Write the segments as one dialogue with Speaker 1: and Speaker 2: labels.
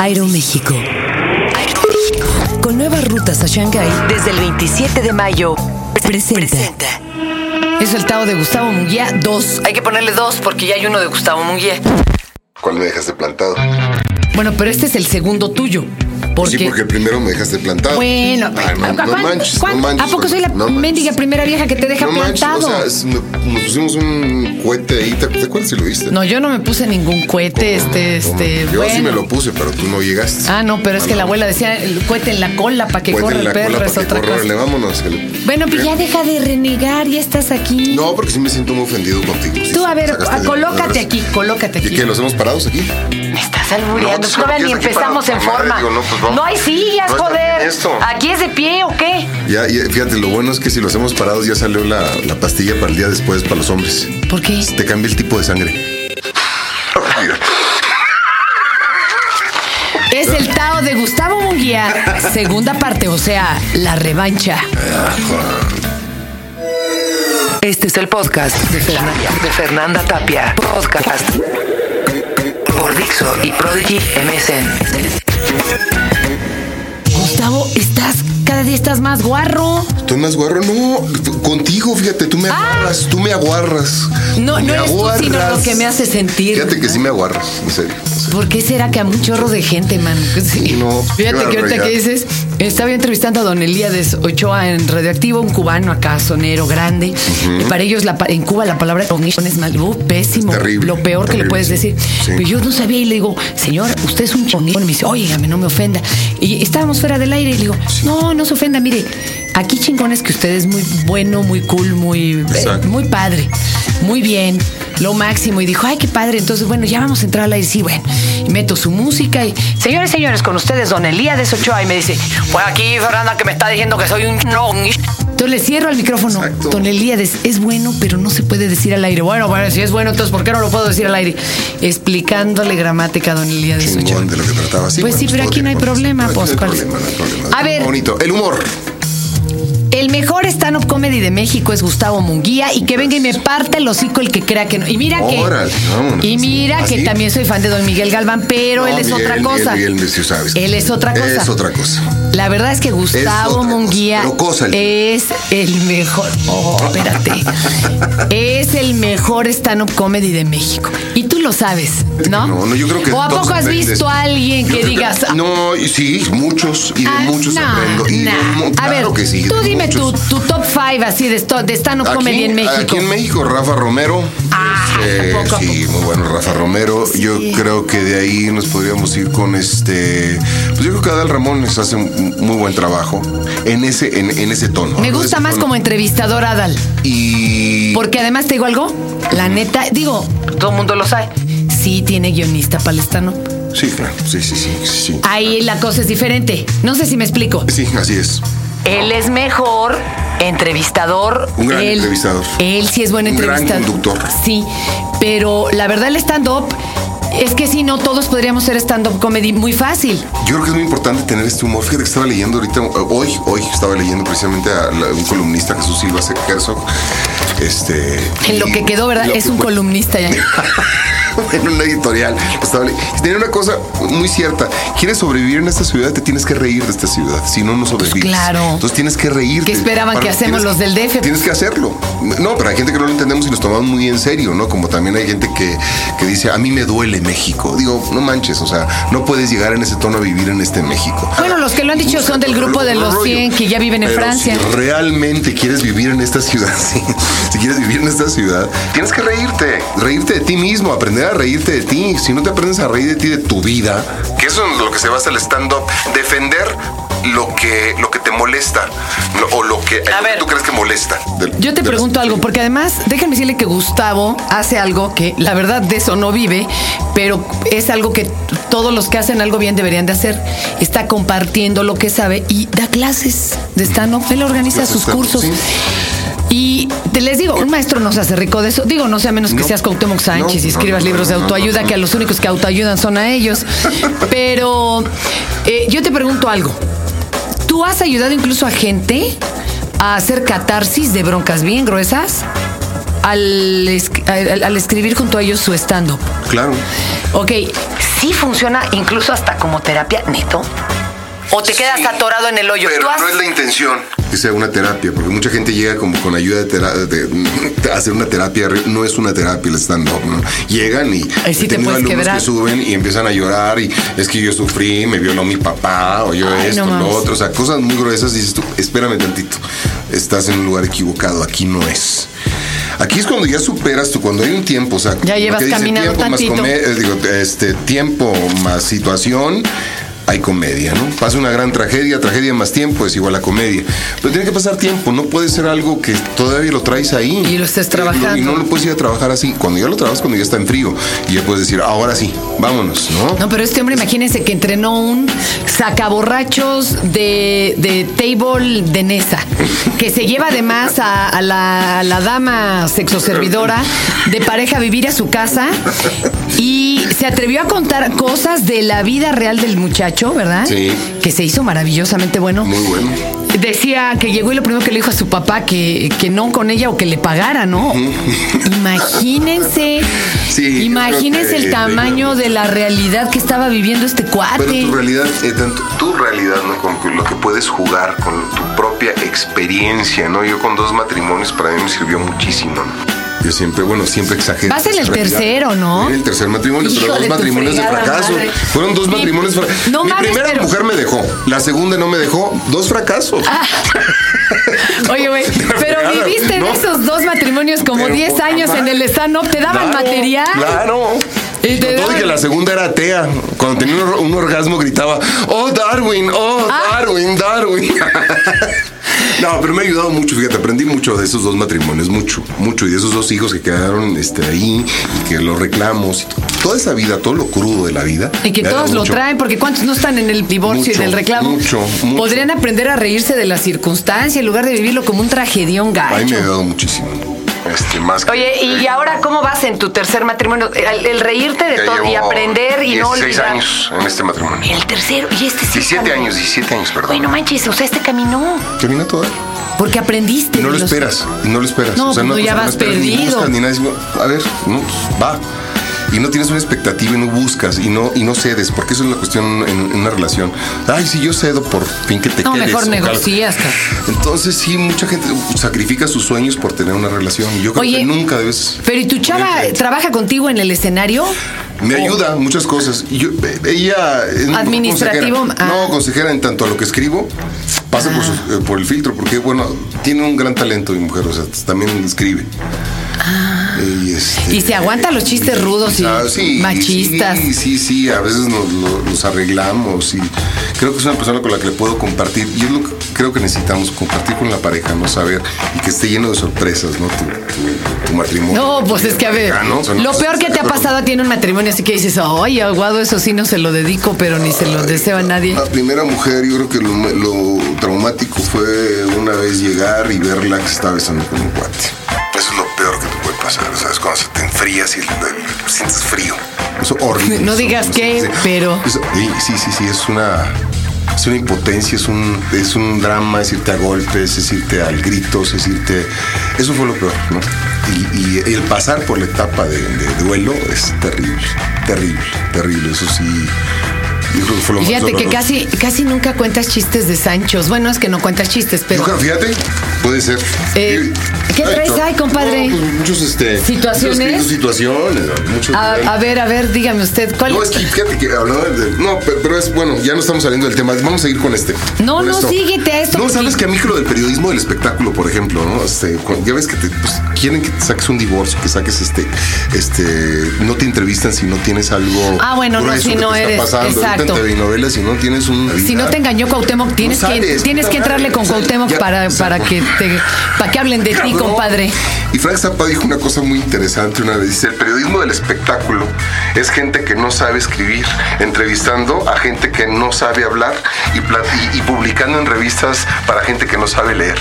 Speaker 1: Aeroméxico. Con nuevas rutas a Shanghái desde el 27 de mayo. Presenta. Es el Tao de Gustavo Munguía 2. Hay que ponerle 2 porque ya hay uno de Gustavo Munguía.
Speaker 2: ¿Cuál me dejaste plantado?
Speaker 1: Bueno, pero este es el segundo tuyo. Porque...
Speaker 2: Sí, porque primero me dejaste plantado.
Speaker 3: Bueno,
Speaker 2: Ay, no, no
Speaker 3: ¿cuán-
Speaker 2: manches,
Speaker 3: cuán-
Speaker 2: no manches.
Speaker 3: ¿a poco soy la
Speaker 2: no manches.
Speaker 3: mendiga primera vieja que te deja
Speaker 2: No manches,
Speaker 3: plantado?
Speaker 2: o sea, es- no- nos pusimos un cohete ahí. ¿Te te acuerdas si lo viste?
Speaker 3: no, yo no me puse ningún cohete, este, este.
Speaker 2: Yo sí
Speaker 3: bueno.
Speaker 2: me lo puse, pero tú no llegaste.
Speaker 3: Ah, no, pero es que la abuela decía el cohete en la cola para que
Speaker 2: Cohete
Speaker 3: corra
Speaker 2: en
Speaker 3: el
Speaker 2: la cola
Speaker 3: perro, es
Speaker 2: para que
Speaker 3: otra
Speaker 2: corra, le
Speaker 3: cosa.
Speaker 2: vámonos. que le-
Speaker 3: Bueno, pues ya deja de renegar, ya estás aquí.
Speaker 2: No, porque sí me siento muy ofendido contigo. sí,
Speaker 3: Tú,
Speaker 2: sí,
Speaker 3: a ver,
Speaker 2: sacaste de-
Speaker 3: colócate
Speaker 2: de-
Speaker 3: aquí, colócate
Speaker 2: ¿Y
Speaker 3: aquí.
Speaker 2: qué? ¿Los hemos parados aquí?
Speaker 3: Me estás albureando,
Speaker 2: No,
Speaker 3: todavía
Speaker 2: ¿qué
Speaker 3: ni
Speaker 2: es aquí
Speaker 3: empezamos
Speaker 2: para-
Speaker 3: en
Speaker 2: para
Speaker 3: forma.
Speaker 2: madre? Digo, no, pues, vamos.
Speaker 3: hay sillas,
Speaker 2: No está
Speaker 3: joder.
Speaker 2: bien esto.
Speaker 3: ¿Aquí es de pie o qué?
Speaker 2: Ya, ya, fíjate, lo bueno es que si los hemos parados ya salió la, la pastilla para el día después para los hombres.
Speaker 3: ¿Por qué?
Speaker 2: Te cambia el tipo de sangre.
Speaker 3: Es el Tao de Gustavo Munguía.
Speaker 1: Segunda parte, o sea, la revancha. Este es el podcast de Fernanda, de Fernanda Tapia. Podcast por Dixo y Prodigy MSN.
Speaker 3: Gustavo, estás, cada día estás más guarro.
Speaker 2: ¿Tú más guarro? No, contigo, fíjate, tú me aguarras, tú me aguarras.
Speaker 3: Ah. No,
Speaker 2: Me
Speaker 3: no eres tú, sino lo
Speaker 2: aguarras.
Speaker 3: que me hace sentir.
Speaker 2: Fíjate que sí me aguarras, en serio.
Speaker 3: ¿Por qué será que a un chorro de gente, man? Sí.
Speaker 2: No, pues,
Speaker 3: Fíjate
Speaker 2: qué
Speaker 3: que ahorita
Speaker 2: barbaridad.
Speaker 3: que dices, estaba yo entrevistando a don Elías Ochoa en Radioactivo, un cubano acá, sonero grande. Y para ellos, la pa- en Cuba, la palabra cognición es mal, uh, pésimo.
Speaker 2: Es terrible,
Speaker 3: lo peor que
Speaker 2: terrible,
Speaker 3: le puedes
Speaker 2: sí.
Speaker 3: decir. Pues
Speaker 2: Sí.
Speaker 3: Pero yo no sabía y le digo, señor, usted es un chonito. Y me dice, óigame, no me ofenda. Y estábamos fuera del aire y le digo, no, no se ofenda, mire, aquí chingón es que usted es muy bueno, muy cool, muy, eh,
Speaker 2: Exacto.
Speaker 3: muy padre, muy bien, lo máximo. Y dijo, ay, qué padre. Entonces, bueno, ya vamos a entrar al aire. Sí, bueno, y meto su música y, señores, señores, con ustedes, don Elías de Ochoa. Y me dice, pues aquí Fernanda que me está diciendo que soy un no. Entonces le cierro al micrófono.
Speaker 2: Exacto.
Speaker 3: Don Elías es bueno, pero no se puede decir al aire. Bueno, bueno, si es bueno, entonces ¿por qué no lo puedo decir al aire? Explicándole gramática a Don Elías de Ochoa.
Speaker 2: Chingón de lo que trataba.
Speaker 3: Pues sí, pero
Speaker 2: todo
Speaker 3: aquí no hay
Speaker 2: tiene
Speaker 3: problema,
Speaker 2: aquí
Speaker 3: pues,
Speaker 2: No hay
Speaker 3: ¿cuál?
Speaker 2: problema, no hay problema.
Speaker 3: A ver.
Speaker 2: Bonito. El humor.
Speaker 3: El mejor stand-up comedy de México es Gustavo Munguía y que venga y me parte el hocico el que crea que no. Y mira que.
Speaker 2: Órale, vámonos.
Speaker 3: y mira
Speaker 2: ¿Así?
Speaker 3: que también soy fan de Don Miguel Galván, pero
Speaker 2: No,
Speaker 3: él es
Speaker 2: Miguel,
Speaker 3: otra
Speaker 2: Miguel,
Speaker 3: cosa.
Speaker 2: Miguel, sí sabes.
Speaker 3: Él es otra cosa.
Speaker 2: Es otra cosa.
Speaker 3: La verdad es que Gustavo
Speaker 2: cosa,
Speaker 3: Munguía
Speaker 2: pero cosa el-
Speaker 3: es el mejor. Oh, espérate. es el mejor stand-up comedy de México. Y tú lo sabes, ¿no?
Speaker 2: No, no, yo creo que.
Speaker 3: ¿O a
Speaker 2: todos
Speaker 3: poco has
Speaker 2: aprendes.
Speaker 3: visto a alguien
Speaker 2: Yo
Speaker 3: que
Speaker 2: creo
Speaker 3: digas.
Speaker 2: No, y sí, muchos, y de
Speaker 3: "Ah,
Speaker 2: muchos
Speaker 3: nah,
Speaker 2: aprendo. Y de
Speaker 3: nah"?
Speaker 2: mu-
Speaker 3: a ver,
Speaker 2: claro que sí,
Speaker 3: tú
Speaker 2: de
Speaker 3: dime tu,
Speaker 2: muchos.
Speaker 3: tu top five así de, sto- de stand-up
Speaker 2: Aquí-
Speaker 3: comedy en México.
Speaker 2: Aquí en México, Rafa Romero.
Speaker 3: Ah,
Speaker 2: Este,
Speaker 3: ¿a poco, a
Speaker 2: sí, muy bueno, Rafa Romero. Yo creo que de ahí nos podríamos ir con este. Pues yo creo que Adal Ramones hace un muy buen trabajo en ese, en, en ese tono.
Speaker 3: Me gusta más como entrevistador, Adal.
Speaker 2: Y.
Speaker 3: Porque además te digo algo, la neta, digo, todo el mundo lo sabe. Sí tiene guionista palestano.
Speaker 2: Sí, claro. Sí, sí, sí. sí, sí.
Speaker 3: Ahí la cosa es diferente. No sé si me explico.
Speaker 2: Sí, así es.
Speaker 3: Él es mejor entrevistador.
Speaker 2: Un gran
Speaker 3: Él-
Speaker 2: entrevistador.
Speaker 3: Él sí es buen
Speaker 2: Un gran
Speaker 3: entrevistador.
Speaker 2: conductor.
Speaker 3: Sí, pero la verdad el stand-up es que si no todos podríamos ser stand-up comedy muy fácil.
Speaker 2: Yo creo que es muy importante tener este humor. Fíjate que estaba leyendo ahorita, eh, hoy, hoy estaba leyendo precisamente a la- un columnista, Jesús Silva C- Herzog. Este.
Speaker 3: En lo
Speaker 2: y-
Speaker 3: que quedó, ¿verdad?
Speaker 2: lo
Speaker 3: Es
Speaker 2: que
Speaker 3: un
Speaker 2: fue-
Speaker 3: columnista ya.
Speaker 2: en una editorial. estaba le- y Tenía una cosa muy cierta. Quieres sobrevivir en esta ciudad, te tienes que reír de esta ciudad. Si no, no sobrevives.
Speaker 3: Pues claro.
Speaker 2: Entonces tienes que reírte.
Speaker 3: ¿Qué esperaban que hacemos los
Speaker 2: tienes-
Speaker 3: del DF?
Speaker 2: Tienes que hacerlo. No, pero hay gente que no lo entendemos y nos tomamos muy en serio, ¿no? Como también hay gente que, que dice, a mí me duele México. Digo, no manches, o sea, no puedes llegar en ese tono a vivir en este México.
Speaker 3: Bueno, los que lo han dicho son del grupo de los 100 que ya viven en
Speaker 2: Pero
Speaker 3: Francia.
Speaker 2: si realmente quieres vivir en esta ciudad, sí, si quieres vivir en esta ciudad, tienes que reírte, reírte de ti mismo, aprender a reírte de ti. Si no te aprendes a reír de ti, de tu vida, que eso es lo que se basa el stand-up, defender lo que, lo que te molesta lo- o lo que, lo que
Speaker 3: ver.
Speaker 2: tú crees que molesta. de-
Speaker 3: Yo te
Speaker 2: de las-
Speaker 3: pregunto algo, porque además, déjenme decirle que Gustavo hace algo que la verdad de eso no vive, pero es algo que todos los que hacen algo bien deberían de hacer. Está compartiendo lo que sabe y da clases de stand-up. Él organiza
Speaker 2: Clases
Speaker 3: sus
Speaker 2: de stand-up,
Speaker 3: cursos. Y te les digo, un maestro no se hace rico de eso. Digo, no sea menos que
Speaker 2: No.
Speaker 3: seas Cuauhtémoc Sánchez
Speaker 2: No,
Speaker 3: y
Speaker 2: no,
Speaker 3: escribas
Speaker 2: no,
Speaker 3: libros de
Speaker 2: no, no,
Speaker 3: autoayuda,
Speaker 2: no, no.
Speaker 3: que a los únicos que autoayudan son a ellos. Pero eh, yo te pregunto algo. ¿Tú has ayudado incluso a gente a hacer catarsis de broncas bien gruesas al, es- al- al escribir junto a ellos su stand-up?
Speaker 2: Claro.
Speaker 3: Ok, sí funciona incluso hasta como terapia, neto. O te quedas
Speaker 2: Sí,
Speaker 3: atorado en el hoyo.
Speaker 2: Pero
Speaker 3: Tú has-
Speaker 2: no es la intención que sea una terapia, porque mucha gente llega como con ayuda de, tera- de- de hacer una terapia. No es una terapia el stand-up, ¿no? Llegan y
Speaker 3: Ahí sí
Speaker 2: he
Speaker 3: te
Speaker 2: tenido
Speaker 3: puedes
Speaker 2: alumnos
Speaker 3: quebrar.
Speaker 2: que suben y empiezan a llorar y es que yo sufrí, me violó mi papá, o yo
Speaker 3: Ay,
Speaker 2: esto,
Speaker 3: no
Speaker 2: lo
Speaker 3: mames.
Speaker 2: otro, o sea, cosas muy gruesas. Y dices tú, espérame tantito, estás en un lugar equivocado, aquí no es. Aquí es cuando ya superas tú, cuando hay un tiempo, o sea,
Speaker 3: Ya
Speaker 2: lo
Speaker 3: llevas
Speaker 2: que dice
Speaker 3: caminando
Speaker 2: tiempo más
Speaker 3: tantito.
Speaker 2: comer- eh, digo, este tiempo más situación, hay comedia, ¿no? Pasa una gran tragedia, tragedia más tiempo es igual a comedia. Pero tiene que pasar tiempo, no puede ser algo que todavía lo traes ahí.
Speaker 3: Y lo estés
Speaker 2: Eh, Y
Speaker 3: trabajando.
Speaker 2: no lo puedes ir a trabajar así. Cuando ya lo trabajas, cuando ya está en frío, y ya puedes decir, ahora sí, vámonos, ¿no?
Speaker 3: No, pero este hombre, imagínense que entrenó un sacaborrachos de, de table de Nesa, que se lleva además a, a la, a la dama sexoservidora de pareja a vivir a su casa y se atrevió a contar cosas de la vida real del muchacho, ¿verdad?
Speaker 2: Sí.
Speaker 3: Que se hizo maravillosamente bueno.
Speaker 2: Muy bueno.
Speaker 3: Decía que llegó y lo primero que le dijo a su papá que, que no con ella o que le pagara, ¿no? Imagínense,
Speaker 2: Sí, yo
Speaker 3: imagínense
Speaker 2: creo que-
Speaker 3: el tamaño de la realidad que estaba viviendo este
Speaker 2: Pero
Speaker 3: cuate.
Speaker 2: tu realidad, eh, tanto tu realidad, ¿no? Con lo que puedes jugar, con tu propia experiencia, ¿no? Yo con dos matrimonios para mí me sirvió muchísimo, ¿no? Yo siempre, bueno, siempre exagero.
Speaker 3: Vas en el
Speaker 2: Esa realidad.
Speaker 3: tercero, ¿no?
Speaker 2: Voy En el tercer matrimonio,
Speaker 3: Hijo
Speaker 2: pero
Speaker 3: de
Speaker 2: dos
Speaker 3: tu
Speaker 2: matrimonios de
Speaker 3: fregada
Speaker 2: fracaso.
Speaker 3: madre.
Speaker 2: Fueron dos
Speaker 3: Mi-
Speaker 2: matrimonios de fracaso.
Speaker 3: No
Speaker 2: Mi
Speaker 3: mames,
Speaker 2: primera
Speaker 3: pero-
Speaker 2: mujer me dejó, la segunda no me dejó, dos fracasos.
Speaker 3: Oye, güey, pero
Speaker 2: Nada,
Speaker 3: viviste en
Speaker 2: no.
Speaker 3: esos dos matrimonios como
Speaker 2: Pero,
Speaker 3: 10 años en el stand-up, te daban
Speaker 2: Claro,
Speaker 3: material.
Speaker 2: Claro.
Speaker 3: Y te
Speaker 2: Con todo y
Speaker 3: daban-
Speaker 2: que la segunda era atea. Cuando tenía un, or- un orgasmo gritaba, oh Darwin, oh
Speaker 3: Ah.
Speaker 2: Darwin, Darwin. No, pero me ha ayudado mucho, fíjate, aprendí mucho de esos dos matrimonios, mucho, mucho, y de esos dos hijos que quedaron este, ahí, y que los reclamos, y t- toda esa vida, todo lo crudo de la vida.
Speaker 3: Y que
Speaker 2: me ha dado
Speaker 3: todos lo
Speaker 2: mucho.
Speaker 3: traen, porque ¿cuántos no están en el divorcio y
Speaker 2: Mucho,
Speaker 3: en el reclamo?
Speaker 2: mucho, mucho.
Speaker 3: Podrían aprender a reírse de la circunstancia en lugar de vivirlo como un tragedión
Speaker 2: A mí me ha
Speaker 3: gacho.
Speaker 2: ayudado muchísimo. Este, más que-
Speaker 3: Oye, ¿y ahora cómo vas en tu tercer matrimonio? El, el reírte de
Speaker 2: Ya
Speaker 3: todo y
Speaker 2: llevo
Speaker 3: aprender y no
Speaker 2: 16
Speaker 3: olvidar.
Speaker 2: años en este matrimonio.
Speaker 3: El tercero, y este sí.
Speaker 2: 17
Speaker 3: caminó.
Speaker 2: años, 17 años, perdón.
Speaker 3: Güey, no manches, o sea, este caminó.
Speaker 2: Termina todo.
Speaker 3: Porque aprendiste.
Speaker 2: Y no lo
Speaker 3: de los-
Speaker 2: esperas, y no lo esperas.
Speaker 3: No,
Speaker 2: una
Speaker 3: pues, ya
Speaker 2: cosa
Speaker 3: vas
Speaker 2: que no esperas, ni
Speaker 3: perdido.
Speaker 2: buscas, ni nada, es, bueno, a ver, no, pues, va. Y no tienes una expectativa y no buscas y no, y no cedes, porque eso es la cuestión en, en una relación. Ay, si yo cedo por fin que te
Speaker 3: No,
Speaker 2: quedes.
Speaker 3: mejor
Speaker 2: o tal.
Speaker 3: negocias. cabrón.
Speaker 2: Entonces sí, mucha gente sacrifica sus sueños por tener una relación. Yo creo
Speaker 3: Oye,
Speaker 2: que nunca debes...
Speaker 3: Pero ¿y tu chava
Speaker 2: Oye,
Speaker 3: trabaja contigo en el escenario?
Speaker 2: Me ayuda en muchas cosas. Y Yo, eh, ella es un poco
Speaker 3: Administrativo,
Speaker 2: consejera.
Speaker 3: ah.
Speaker 2: No, consejera en tanto a lo que escribo, pasa por, su- eh, por el filtro, porque bueno, tiene un gran talento mi mujer, o sea, también escribe. Y, este,
Speaker 3: Ah. Y se aguanta los chistes rudos y
Speaker 2: ah, sí,
Speaker 3: machistas.
Speaker 2: Sí, sí, sí, a veces nos lo- nos arreglamos y creo que es una persona con la que le puedo compartir. Yo es lo que creo que necesitamos, compartir con la pareja, no saber, y que esté lleno de sorpresas, ¿no? Tu, tu- tu matrimonio.
Speaker 3: No, pues es que a ver,
Speaker 2: Ah, ¿no? O sea, no
Speaker 3: lo
Speaker 2: sé,
Speaker 3: peor que te ha
Speaker 2: pero-
Speaker 3: pasado tiene un matrimonio, así que dices, ay, aguado, eso sí no se lo dedico, pero ni se lo deseo a nadie.
Speaker 2: La primera mujer, yo creo que lo, lo traumático fue una vez llegar y verla que se estaba besando con un cuate. Eso es lo peor que te puede pasar, ¿sabes? Cuando se te enfrías y sientes frío. Eso es horrible.
Speaker 3: No digas
Speaker 2: Eso-
Speaker 3: qué,
Speaker 2: sí.
Speaker 3: pero-
Speaker 2: Eso- sí, sí, sí, sí, es una... Es una impotencia, es un, es un drama, es irte a golpes, es irte al gritos, es irte... Eso fue lo peor, ¿no? Y, y el pasar por la etapa de, de duelo es terrible, terrible, terrible. Eso sí, yo creo que fue lo más
Speaker 3: Fíjate que
Speaker 2: doloroso.
Speaker 3: casi, casi nunca cuentas chistes de Sanchos. Bueno, es que no cuentas chistes, pero
Speaker 2: Nunca, fíjate, puede ser.
Speaker 3: Eh, ¿qué traes
Speaker 2: chor-
Speaker 3: ahí, compadre?
Speaker 2: No, pues, muchos, este,
Speaker 3: ¿Situaciones? Ah,
Speaker 2: muchas crisis, situaciones, muchos.
Speaker 3: A, a ver, a ver, dígame usted, ¿cuál
Speaker 2: No, es que fíjate que hablaba de. No, pe- pero es bueno, ya no estamos saliendo del tema. Vamos a ir con este.
Speaker 3: No,
Speaker 2: con
Speaker 3: no, síguete a esto,
Speaker 2: No,
Speaker 3: porque-
Speaker 2: sabes que a mí que lo del periodismo del espectáculo, por ejemplo, ¿no? Este, cu- ya ves que te, pues, quieren que te saques un divorcio, que saques este. este No te entrevistan si no tienes algo.
Speaker 3: Ah, bueno, no,
Speaker 2: grueso
Speaker 3: si
Speaker 2: que
Speaker 3: no
Speaker 2: te está
Speaker 3: eres-
Speaker 2: pasando. Ahorita
Speaker 3: exacto.
Speaker 2: En telenovelas, si no tienes un.
Speaker 3: Si no te engañó Cuauhtémoc, tienes que
Speaker 2: sales,
Speaker 3: tienes
Speaker 2: puta
Speaker 3: que entrarle
Speaker 2: madre,
Speaker 3: con
Speaker 2: o sea,
Speaker 3: Cuauhtémoc
Speaker 2: ya-
Speaker 3: para, para
Speaker 2: exacto.
Speaker 3: que te para que hablen de ti,
Speaker 2: Cabrón.
Speaker 3: compadre.
Speaker 2: Y Frank Zappa dijo una cosa muy interesante una vez. Dice, el periodismo del espectáculo es gente que no sabe escribir, entrevistando a gente que no sabe hablar y, pla- y- y publicando en revistas para gente que no sabe leer.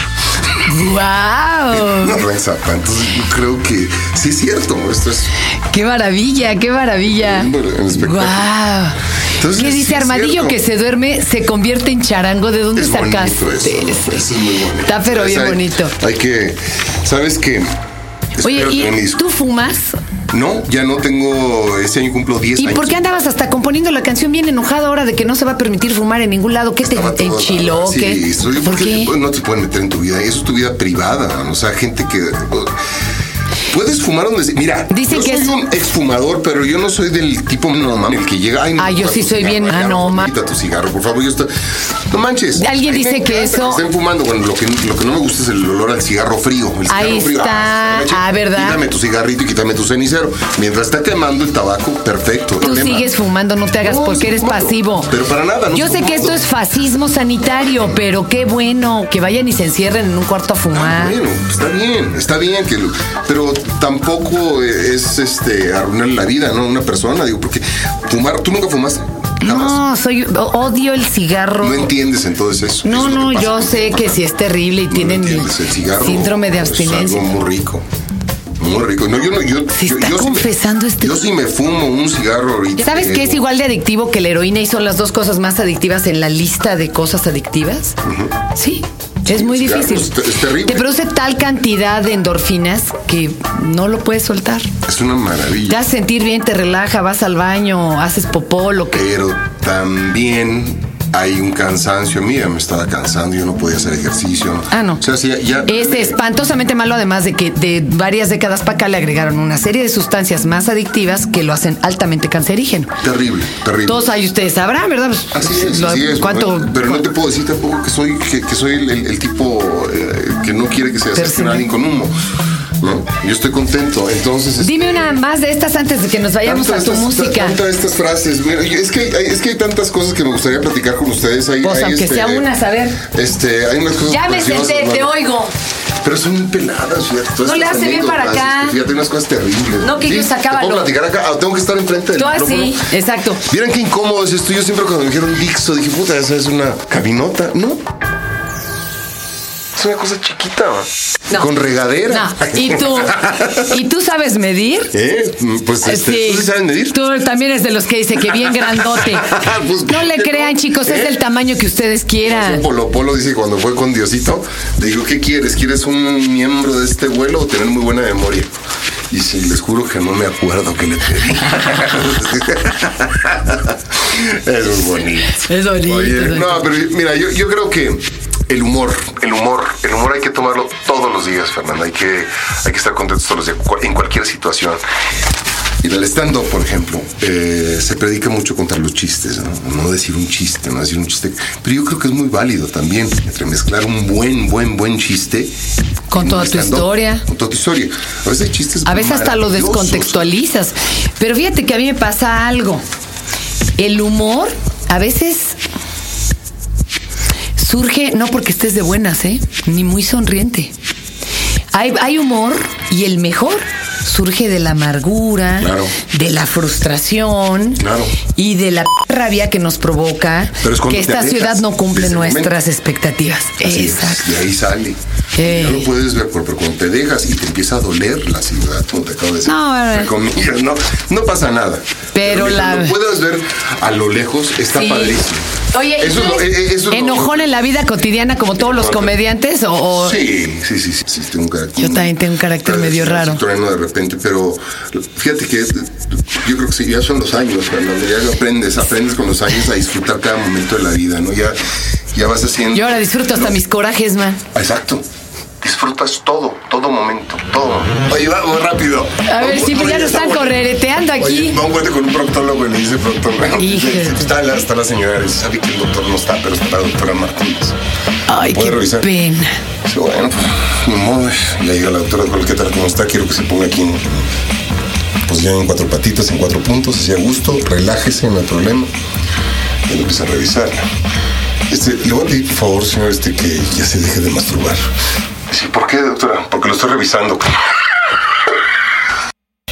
Speaker 3: ¡Wow!
Speaker 2: Frank Zappa. Entonces yo creo que sí es cierto. Esto es...
Speaker 3: ¡Qué maravilla, qué maravilla!
Speaker 2: El espectáculo.
Speaker 3: Ah. ¡Guau!
Speaker 2: Entonces,
Speaker 3: ¿Qué
Speaker 2: sí
Speaker 3: dice
Speaker 2: es
Speaker 3: Armadillo
Speaker 2: cierto.
Speaker 3: que se duerme se convierte en charango? ¿De dónde
Speaker 2: Es bonito
Speaker 3: sacaste?
Speaker 2: eso, ¿no?
Speaker 3: ese?
Speaker 2: Eso es muy bonito.
Speaker 3: Está pero
Speaker 2: Entonces,
Speaker 3: bien
Speaker 2: hay-
Speaker 3: bonito.
Speaker 2: Hay que... ¿Sabes qué?
Speaker 3: Oye,
Speaker 2: Espero que mi
Speaker 3: ¿y
Speaker 2: disco-
Speaker 3: tú fumas?
Speaker 2: No, ya no tengo. Este año cumplo 10
Speaker 3: ¿Y
Speaker 2: años.
Speaker 3: por qué andabas hasta componiendo la canción bien enojado ahora de que no se va a permitir fumar Este, en ningún lado? ¿Qué te,
Speaker 2: Estaba
Speaker 3: te
Speaker 2: todo-
Speaker 3: enchiló?
Speaker 2: Sí,
Speaker 3: ¿Qué?
Speaker 2: estoy-
Speaker 3: ¿Por qué?
Speaker 2: pues, no te pueden meter en tu vida. Eso es tu vida privada. O sea, gente que. Puedes fumar donde se- Mira,
Speaker 3: Dicen
Speaker 2: yo
Speaker 3: que
Speaker 2: soy
Speaker 3: es-
Speaker 2: un exfumador, pero yo no soy del tipo no mames, el que llega. Ay, no,
Speaker 3: Ah, yo
Speaker 2: quita
Speaker 3: sí
Speaker 2: tu
Speaker 3: soy
Speaker 2: cigarro,
Speaker 3: bien,
Speaker 2: ay,
Speaker 3: ah,
Speaker 2: ya,
Speaker 3: no, ma-
Speaker 2: Quita tu cigarro, por favor. Yo estoy- No manches.
Speaker 3: Alguien
Speaker 2: Ay, me
Speaker 3: dice que
Speaker 2: encanta
Speaker 3: eso-
Speaker 2: estén fumando. Bueno, lo que, lo que no me gusta es el olor al cigarro frío. El cigarro
Speaker 3: Ahí
Speaker 2: frío.
Speaker 3: está.
Speaker 2: chica,
Speaker 3: Ah, ¿verdad?
Speaker 2: Quítame tu cigarrito y quítame tu cenicero. Mientras está quemando el tabaco, perfecto.
Speaker 3: Tú
Speaker 2: problema.
Speaker 3: sigues fumando, no te hagas
Speaker 2: No,
Speaker 3: porque
Speaker 2: sigo
Speaker 3: eres
Speaker 2: fumando.
Speaker 3: pasivo.
Speaker 2: Pero para nada, no
Speaker 3: Yo
Speaker 2: estoy
Speaker 3: sé que esto
Speaker 2: fumando.
Speaker 3: es fascismo sanitario, pero qué bueno que vayan y se encierren en un cuarto a
Speaker 2: Ah,
Speaker 3: fumar.
Speaker 2: Bueno, está bien, está bien que lo- pero tampoco es este arruinar la vida, ¿no? Una persona, digo, porque fumar, tú nunca fumaste, jamás.
Speaker 3: No, soy o- odio el cigarro.
Speaker 2: No entiendes entonces eso.
Speaker 3: No,
Speaker 2: Eso es lo
Speaker 3: no,
Speaker 2: que pasa
Speaker 3: yo
Speaker 2: con-
Speaker 3: sé que sí es terrible y
Speaker 2: no
Speaker 3: tienen
Speaker 2: entiendes, el cigarro
Speaker 3: síndrome de
Speaker 2: Es
Speaker 3: abstinencia.
Speaker 2: algo muy rico. Muy rico. No, yo no, yo,
Speaker 3: Se
Speaker 2: yo-
Speaker 3: está
Speaker 2: yo sí me-
Speaker 3: confesando este-
Speaker 2: Yo sí me fumo un cigarro ahorita.
Speaker 3: ¿Sabes qué es igual de adictivo que la heroína y son las dos cosas más adictivas en la lista de cosas adictivas? Sí. Es
Speaker 2: Sí,
Speaker 3: muy
Speaker 2: claro,
Speaker 3: difícil.
Speaker 2: es te- es terrible.
Speaker 3: Te produce tal cantidad de endorfinas que no lo puedes soltar.
Speaker 2: Es una maravilla.
Speaker 3: Te hace sentir bien, te relaja, vas al baño, haces popó, lo que.
Speaker 2: pero también hay un cansancio. Mira, me estaba cansando, yo no podía hacer ejercicio.
Speaker 3: Ah, no.
Speaker 2: O sea, sí, ya.
Speaker 3: Es espantosamente malo, además de que de varias décadas para acá le agregaron una serie de sustancias más adictivas que lo hacen altamente cancerígeno.
Speaker 2: Terrible, terrible.
Speaker 3: Todos ahí ustedes sabrán, ¿verdad? Pues,
Speaker 2: Así es,
Speaker 3: lo-
Speaker 2: así es.
Speaker 3: ¿Cuánto?
Speaker 2: Pero no te puedo decir tampoco que soy, que, que soy el, el- el tipo eh, que no quiere que se acerque
Speaker 3: Percibe.
Speaker 2: a alguien con humo. No, yo estoy contento. Entonces.
Speaker 3: Dime una más de estas antes de que nos vayamos a
Speaker 2: tantas
Speaker 3: tu
Speaker 2: estas-
Speaker 3: música.
Speaker 2: tantas estas frases. Mira, yo- es, que hay, es que hay tantas cosas que me gustaría platicar con ustedes. Hay,
Speaker 3: Pues
Speaker 2: hay,
Speaker 3: aunque
Speaker 2: este,
Speaker 3: sea una, a ver.
Speaker 2: Este, hay unas cosas.
Speaker 3: Ya me
Speaker 2: preciosas,
Speaker 3: senté, te
Speaker 2: ¿no?
Speaker 3: oigo.
Speaker 2: Pero son muy peladas, fíjate. todas
Speaker 3: No le
Speaker 2: estas
Speaker 3: hace bien
Speaker 2: anécdotas,
Speaker 3: para acá.
Speaker 2: este, Fíjate, unas cosas terribles.
Speaker 3: No, que yo sacaba
Speaker 2: ¿Te puedo
Speaker 3: lo-
Speaker 2: platicar acá? Ah, tengo que estar enfrente del
Speaker 3: Tú así,
Speaker 2: micrófono.
Speaker 3: exacto.
Speaker 2: Vieran qué incómodo es esto. Yo siempre cuando me dijeron Dixo dije, puta, esa es una cabinota. No. Es una cosa chiquita.
Speaker 3: No.
Speaker 2: Con regadera.
Speaker 3: No, ¿Y tú? ¿Y tú sabes medir?
Speaker 2: ¿Eh? Pues este,
Speaker 3: Sí.
Speaker 2: ¿tú sí sabes medir?
Speaker 3: Tú también es de los que dice que bien grandote.
Speaker 2: Pues,
Speaker 3: no le
Speaker 2: ¿qué
Speaker 3: crean,
Speaker 2: no?
Speaker 3: chicos, es
Speaker 2: ¿Eh?
Speaker 3: del tamaño que ustedes quieran.
Speaker 2: Polo Polo dice que cuando fue con Diosito, le digo, ¿qué quieres? ¿Quieres un miembro de este vuelo o tener muy buena memoria? Y sí, les juro que no me acuerdo qué le pedí. Eso es bonito.
Speaker 3: Es bonito,
Speaker 2: Oye,
Speaker 3: es bonito.
Speaker 2: no, pero mira, yo, yo creo que el humor, el humor, el humor hay que tomarlo todos los días, Fernanda. Hay que, hay que estar contentos todos los días, cu- en cualquier situación. Y el stand-up, por ejemplo, eh, se predica mucho contra los chistes, ¿no? No decir un chiste, no decir un chiste. Pero yo creo que es muy válido también entremezclar un buen, buen, buen chiste.
Speaker 3: Con
Speaker 2: en
Speaker 3: toda
Speaker 2: un
Speaker 3: tu
Speaker 2: stand-up,
Speaker 3: historia.
Speaker 2: Con toda tu historia. A veces hay chistes.
Speaker 3: A veces hasta lo
Speaker 2: maravillosos.
Speaker 3: descontextualizas. Pero fíjate que a mí me pasa algo. El humor a veces surge no porque estés de buenas, ¿eh? Ni muy sonriente. Hay, hay humor y el mejor surge de la amargura,
Speaker 2: Claro.
Speaker 3: de la frustración
Speaker 2: Claro.
Speaker 3: y de la p- rabia que nos provoca
Speaker 2: Pero es cuando
Speaker 3: que
Speaker 2: te
Speaker 3: esta
Speaker 2: alejas
Speaker 3: ciudad no cumple
Speaker 2: de ese
Speaker 3: nuestras expectativas.
Speaker 2: Así es,
Speaker 3: Exacto.
Speaker 2: y ahí sale.
Speaker 3: Ey.
Speaker 2: No lo puedes ver, pero cuando te dejas y te empieza a doler la ciudad, como te acabo de decir,
Speaker 3: No,
Speaker 2: entre
Speaker 3: eh.
Speaker 2: comillas, no, no pasa nada.
Speaker 3: Pero la-
Speaker 2: Lo puedes ver a lo lejos, está
Speaker 3: Sí.
Speaker 2: padrísimo.
Speaker 3: Oye, ¿y tú
Speaker 2: eso, es lo-
Speaker 3: eres
Speaker 2: eh, eh, eso es lo-
Speaker 3: enojón en la vida cotidiana como todos los comediantes o, o-
Speaker 2: Sí, sí, sí, sí, sí, tengo un carácter.
Speaker 3: Yo también tengo un carácter medio
Speaker 2: sí,
Speaker 3: raro.
Speaker 2: sí, trueno de repente, pero fíjate que yo creo que sí, ya son los años, Fernando, ya lo aprendes, aprendes con los años a disfrutar cada momento de la vida, ¿no? Ya, ya vas haciendo.
Speaker 3: Yo ahora disfruto hasta mis corajes, man.
Speaker 2: Exacto. Disfrutas todo, todo momento, todo. Oye, vamos rápido.
Speaker 3: A ver, sí, pues ya nos están correreteando aquí.
Speaker 2: Oye, va un güey con un proctólogo y le dice proctólogo.
Speaker 3: Hijo.
Speaker 2: dice, Está la, está la señora, dice, sabe que el doctor no está, pero está la doctora Martínez.
Speaker 3: Ay,
Speaker 2: ¿Puedo
Speaker 3: qué
Speaker 2: revisar?
Speaker 3: pena.
Speaker 2: Dice, bueno, pues, ni modo. Le digo a la doctora, ¿cuál que tal como está? Quiero que se ponga aquí en, pues ya en cuatro patitas, en cuatro puntos, así a gusto, relájese, no hay problema. Y lo empieza a revisar. Este, le voy a pedir, por favor, señor, este, que ya se deje de masturbar. Dice, ¿por qué, doctora? Porque lo estoy revisando.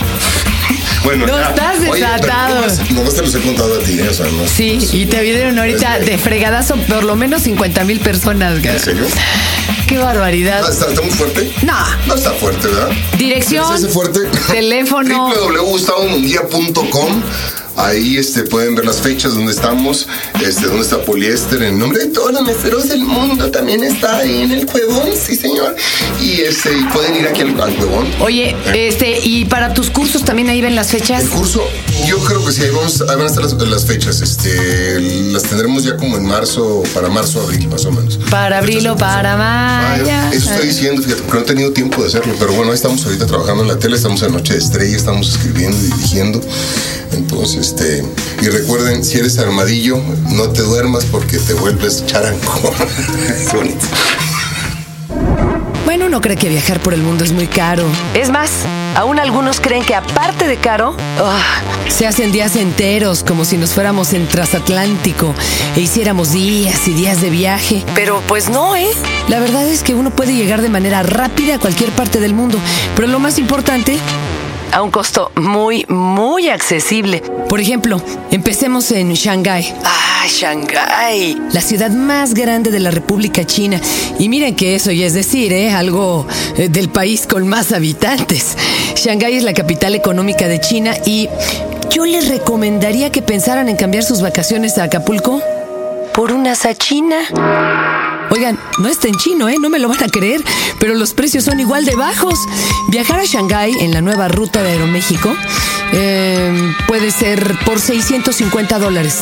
Speaker 2: Bueno,
Speaker 3: No, estás
Speaker 2: Oye, pero
Speaker 3: desatado.
Speaker 2: nomás- nomás te los he contado a ti, ¿eh? o sea, no-
Speaker 3: Sí, y te vieron ahorita de fregadazo por lo menos 50 mil personas, güey.
Speaker 2: ¿En serio? Ah,
Speaker 3: Qué barbaridad.
Speaker 2: ¿Está, está- está muy fuerte?
Speaker 3: No.
Speaker 2: No está fuerte, ¿verdad?
Speaker 3: Dirección,
Speaker 2: ¿Se hace fuerte?
Speaker 3: teléfono.
Speaker 2: www.gustavomunguía.com Ahí este, pueden ver las fechas donde estamos, este, donde está poliéster, en nombre de todos los meseros del mundo. También está ahí en el Cuevón, sí, señor. Y este, y pueden ir aquí al, al Cuevón.
Speaker 4: Oye, este, y para tus cursos también ahí ven las fechas.
Speaker 2: Eh. El curso, yo creo que sí, ahí, vamos, ahí van a estar las, las fechas. Este, las tendremos ya como en marzo, para marzo, abril, más o menos.
Speaker 4: Para abril o para mayo.
Speaker 2: Ah, Eso estoy diciendo, fíjate, porque no he tenido tiempo de hacerlo, pero bueno, ahí estamos ahorita trabajando en la tele, estamos en Noche de Estrella, estamos escribiendo, dirigiendo. Entonces, este, y recuerden, si eres armadillo, no te duermas porque te vuelves charanco. Qué bonito.
Speaker 3: Bueno, uno cree que viajar por el mundo es muy caro. Es más, aún algunos creen que aparte de caro, ah, se hacen días enteros como si nos fuéramos en transatlántico e hiciéramos días y días de viaje. Pero pues no, ¿eh? La verdad es que uno puede llegar de manera rápida a cualquier parte del mundo, pero lo más importante a un costo muy, muy accesible. Por ejemplo, empecemos en Shanghái. ¡Ah, Shanghái! La ciudad más grande de la República China. Y miren que eso ya es decir, ¿eh? Algo eh, del país con más habitantes. Shanghái es la capital económica de China y yo les recomendaría que pensaran en cambiar sus vacaciones a Acapulco por unas a China. Oigan, no está en chino, ¿eh? No me lo van a creer, pero los precios son igual de bajos. Viajar a Shanghái en la nueva ruta de Aeroméxico eh, puede ser por 650 dólares.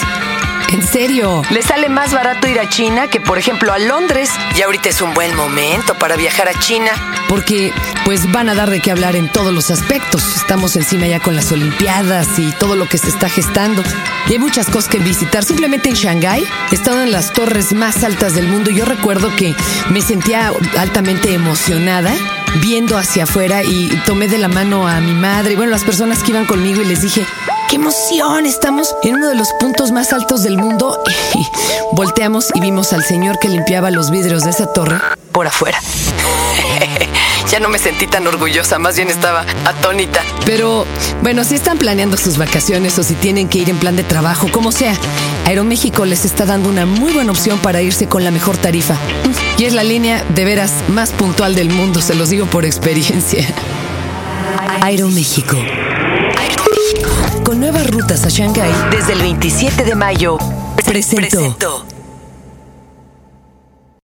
Speaker 3: En serio. Le sale más barato ir a China que, por ejemplo, a Londres. Y ahorita es un buen momento para viajar a China. Porque, pues, van a dar de qué hablar en todos los aspectos. Estamos encima ya con las Olimpiadas y todo lo que se está gestando. Y hay muchas cosas que visitar. Simplemente en Shanghái he estado en las torres más altas del mundo. Yo recuerdo que me sentía altamente emocionada viendo hacia afuera y tomé de la mano a mi madre y bueno, las personas que iban conmigo y les dije, ¡qué emoción! Estamos en uno de los puntos más altos del mundo. Y volteamos y vimos al señor que limpiaba los vidrios de esa torre por afuera. ya no me sentí tan orgullosa, más bien estaba atónita. Pero bueno, si están planeando sus vacaciones o si tienen que ir en plan de trabajo, como sea, Aeroméxico les está dando una muy buena opción para irse con la mejor tarifa. Y es la línea de veras más puntual del mundo, se los digo por experiencia. Aeroméxico. Con nuevas rutas a Shanghái desde el 27 de mayo. Presentó.